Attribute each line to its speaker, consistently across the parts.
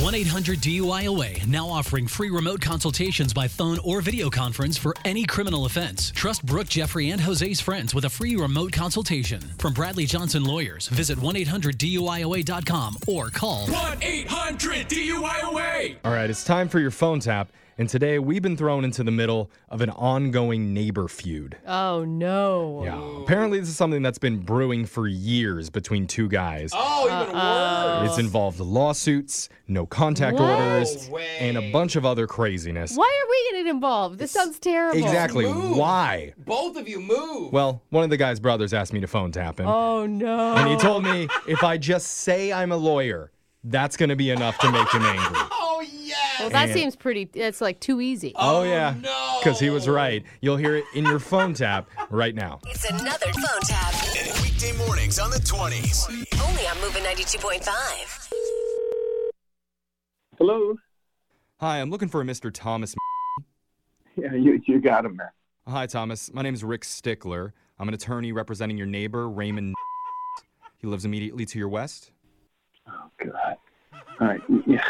Speaker 1: 1 800 DUIOA now offering free remote consultations by phone or video conference for any criminal offense. Trust Brooke, Jeffrey, and Jose's friends with a free remote consultation. From Bradley Johnson Lawyers, visit 1 800 DUIOA.com or call
Speaker 2: 1 800 DUIOA.
Speaker 3: All right, it's time for your phone tap. And today we've been thrown into the middle of an ongoing neighbor feud.
Speaker 4: Oh no.
Speaker 3: Yeah. Apparently, this is something that's been brewing for years between two guys.
Speaker 2: Oh, even worse.
Speaker 3: It's involved lawsuits, no contact
Speaker 4: What?
Speaker 3: orders,
Speaker 2: No way.
Speaker 3: and a bunch of other craziness.
Speaker 4: Why are we getting involved? This sounds terrible.
Speaker 3: Exactly.
Speaker 2: Move.
Speaker 3: Why?
Speaker 2: Both of you move.
Speaker 3: Well, one of the guy's brothers asked me to phone tap him.
Speaker 4: Oh no.
Speaker 3: And he told me if I just say I'm a lawyer, that's going to be enough to make him angry.
Speaker 2: oh, yes.
Speaker 4: well, that
Speaker 3: and-
Speaker 4: seems pretty. It's like too easy.
Speaker 3: Oh, yeah.
Speaker 2: no.
Speaker 3: Because he was right. You'll hear it in your phone tap right now.
Speaker 5: It's another phone tap.
Speaker 6: Weekday mornings on the 20s.
Speaker 5: Only on Moving 92.5.
Speaker 7: Hello.
Speaker 3: Hi, I'm looking for a Mr. Thomas.
Speaker 7: Yeah, you you got him, man.
Speaker 3: Hi, Thomas. My name is Rick Stickler. I'm an attorney representing your neighbor, Raymond. He lives immediately to your west.
Speaker 7: Oh God. All right. Yeah.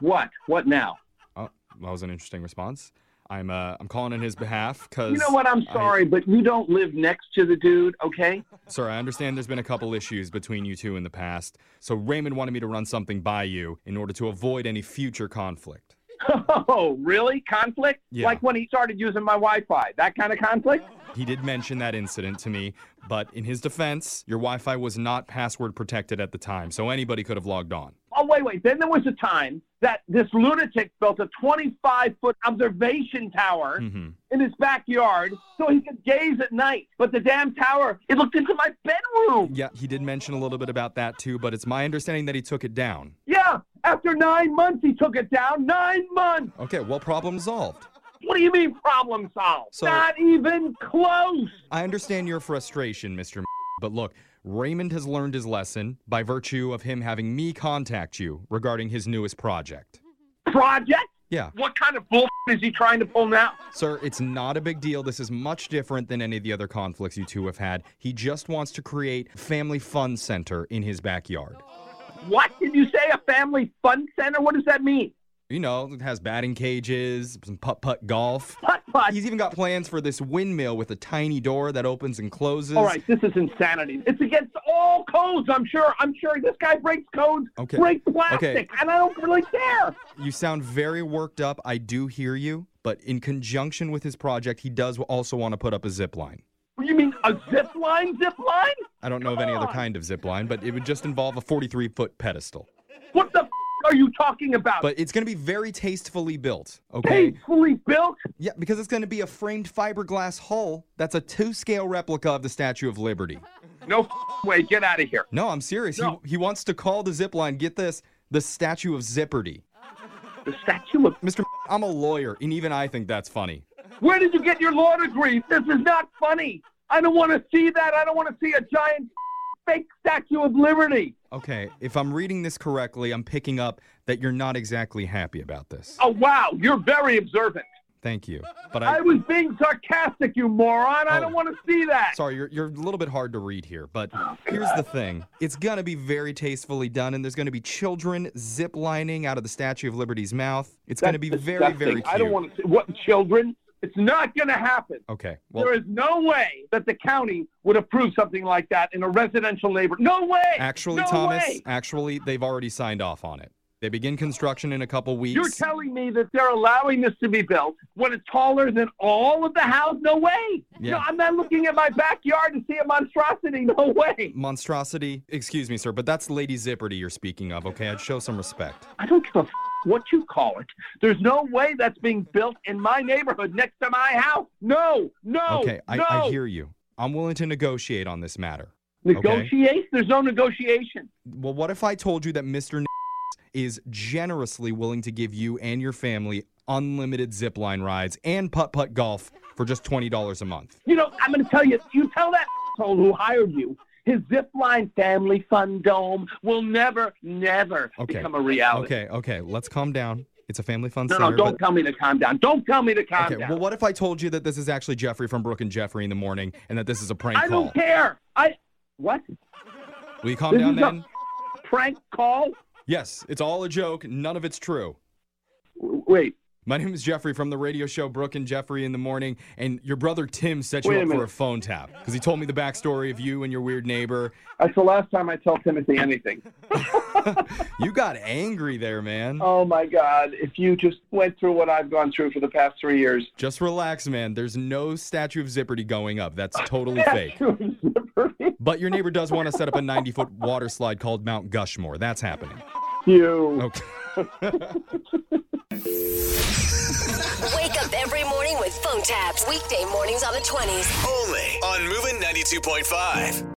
Speaker 7: What? What now?
Speaker 3: Oh, that was an interesting response. I'm uh, I'm calling in his behalf because
Speaker 7: You know what? I'm sorry, but you don't live next to the dude, okay?
Speaker 3: Sir, I understand there's been a couple issues between you two in the past, so Raymond wanted me to run something by you in order to avoid any future conflict.
Speaker 7: Oh, really? Conflict?
Speaker 3: Yeah.
Speaker 7: Like when he started using my Wi-Fi? That kind of conflict?
Speaker 3: He did mention that incident to me, but in his defense, your Wi Fi was not password protected at the time, so anybody could have logged on.
Speaker 7: Oh, wait, wait. Then there was a time that this lunatic built a 25-foot observation tower
Speaker 3: hmm
Speaker 7: in his backyard so he could gaze at night. But the damn tower, it looked into my bedroom.
Speaker 3: Yeah, he did mention a little bit about that too, but it's my understanding that he took it down.
Speaker 7: Yeah. After nine months, he took it down. Nine months.
Speaker 3: Okay, well, problem solved.
Speaker 7: What do you mean problem solved?
Speaker 3: So-
Speaker 7: Not even close.
Speaker 3: I understand your frustration, Mr. But look, Raymond has learned his lesson by virtue of him having me contact you regarding his newest project.
Speaker 7: Project?
Speaker 3: Yeah.
Speaker 7: What kind of bull is he trying to pull now?
Speaker 3: Sir, it's not a big deal. This is much different than any of the other conflicts you two have had. He just wants to create family fun center in his backyard.
Speaker 7: What did you say? A family fun center? What does that mean?
Speaker 3: You know, it has batting cages, some putt-putt golf.
Speaker 7: Putt putt.
Speaker 3: He's even got plans for this windmill with a tiny door that opens and closes.
Speaker 7: All right, this is insanity. It's against all codes. I'm sure. I'm sure this guy breaks codes,
Speaker 3: Okay.
Speaker 7: breaks plastic,
Speaker 3: Okay.
Speaker 7: and I don't really care.
Speaker 3: You sound very worked up. I do hear you, but in conjunction with his project, he does also want to put up a zip line.
Speaker 7: You mean a zip line? Zip line?
Speaker 3: I don't know of any other
Speaker 7: on.
Speaker 3: kind of zip line, but it would just involve a 43 foot pedestal.
Speaker 7: What the f- are you talking about?
Speaker 3: But it's going to be very tastefully built, okay?
Speaker 7: Tastefully built?
Speaker 3: Yeah, because it's going to be a framed fiberglass hull that's a two scale replica of the Statue of Liberty.
Speaker 7: No f- way. Get out of here.
Speaker 3: No, I'm serious.
Speaker 7: No.
Speaker 3: He, he wants to call the zip line, get this, the Statue of Zipperty.
Speaker 7: The statue of.
Speaker 3: Mr. I'm a lawyer, and even I think that's funny.
Speaker 7: Where did you get your law degree? This is not funny. I don't want to see that. I don't want to see a giant fake Statue of Liberty.
Speaker 3: Okay, if I'm reading this correctly, I'm picking up that you're not exactly happy about this.
Speaker 7: Oh, wow. You're very observant.
Speaker 3: Thank you. But I,
Speaker 7: I was being sarcastic, you moron. I
Speaker 3: Oh.
Speaker 7: don't want to see that.
Speaker 3: sorry, you're, you're a little bit hard to read here,
Speaker 7: Oh,
Speaker 3: but here's the thing. It's going to be very tastefully done, and there's going to be children zip lining out of the Statue of Liberty's mouth. It's going to be
Speaker 7: That's
Speaker 3: very,
Speaker 7: disgusting.
Speaker 3: very cute.
Speaker 7: I don't want to see. What, children? It's not going to happen.
Speaker 3: Okay, well,
Speaker 7: there is no way that the county would approve something like that in a residential neighbor. No way.
Speaker 3: actually,
Speaker 7: No
Speaker 3: Thomas,
Speaker 7: way.
Speaker 3: actually, they've already signed off on it. They begin construction in a couple weeks.
Speaker 7: You're telling me that they're allowing this to be built when it's taller than all of the house? No way.
Speaker 3: Yeah.
Speaker 7: No, I'm not looking at my backyard to see a monstrosity. No way.
Speaker 3: Monstrosity, excuse me, sir, but that's Lady Zipperty you're speaking of, okay? I'd show some respect.
Speaker 7: I don't give a f- what you call it. There's no way that's being built in my neighborhood next to my house. No, no,
Speaker 3: okay, I,
Speaker 7: no.
Speaker 3: I hear you. I'm willing to negotiate on this matter.
Speaker 7: Negotiate? There's no negotiation.
Speaker 3: Well, what if I told you that Mr. is generously willing to give you and your family unlimited zip line rides and putt putt golf for just $20 a month?
Speaker 7: You know, I'm going to tell you, you tell that asshole who hired you, his Zipline Family Fun Dome will never, never
Speaker 3: Okay.
Speaker 7: become a reality.
Speaker 3: Okay, okay, let's calm down. It's a family fun
Speaker 7: No,
Speaker 3: center.
Speaker 7: no, don't
Speaker 3: but-
Speaker 7: tell me to calm down. Don't tell me to calm
Speaker 3: okay,
Speaker 7: down.
Speaker 3: well, what if I told you that this is actually Jeffrey from Brooke and Jeffrey in the morning and that this is a prank
Speaker 7: I
Speaker 3: call?
Speaker 7: don't care. I what?
Speaker 3: Will you calm
Speaker 7: This
Speaker 3: down
Speaker 7: is a-
Speaker 3: then?
Speaker 7: Prank call?
Speaker 3: Yes, it's all a joke. None of it's true.
Speaker 7: W- Wait,
Speaker 3: My name is Jeffrey from the radio show Brooke and Jeffrey in the Morning, and your brother Tim set you
Speaker 7: Wait a
Speaker 3: up for a
Speaker 7: minute.
Speaker 3: phone tap because he told me the backstory of you and your weird neighbor.
Speaker 7: that's the last time I tell Timothy anything.
Speaker 3: You got angry there, man.
Speaker 7: Oh my God! If you just went through what I've gone through for the past three years,
Speaker 3: Just relax, man. There's no Statue of Zipperty going up. That's totally fake. But your neighbor does want to set up a 90 foot water slide called Mount Gushmore. That's happening.
Speaker 7: you.
Speaker 3: Okay.
Speaker 5: Wake up every morning with phone taps. Weekday mornings on the 20s.
Speaker 6: Only on Moving 92.5.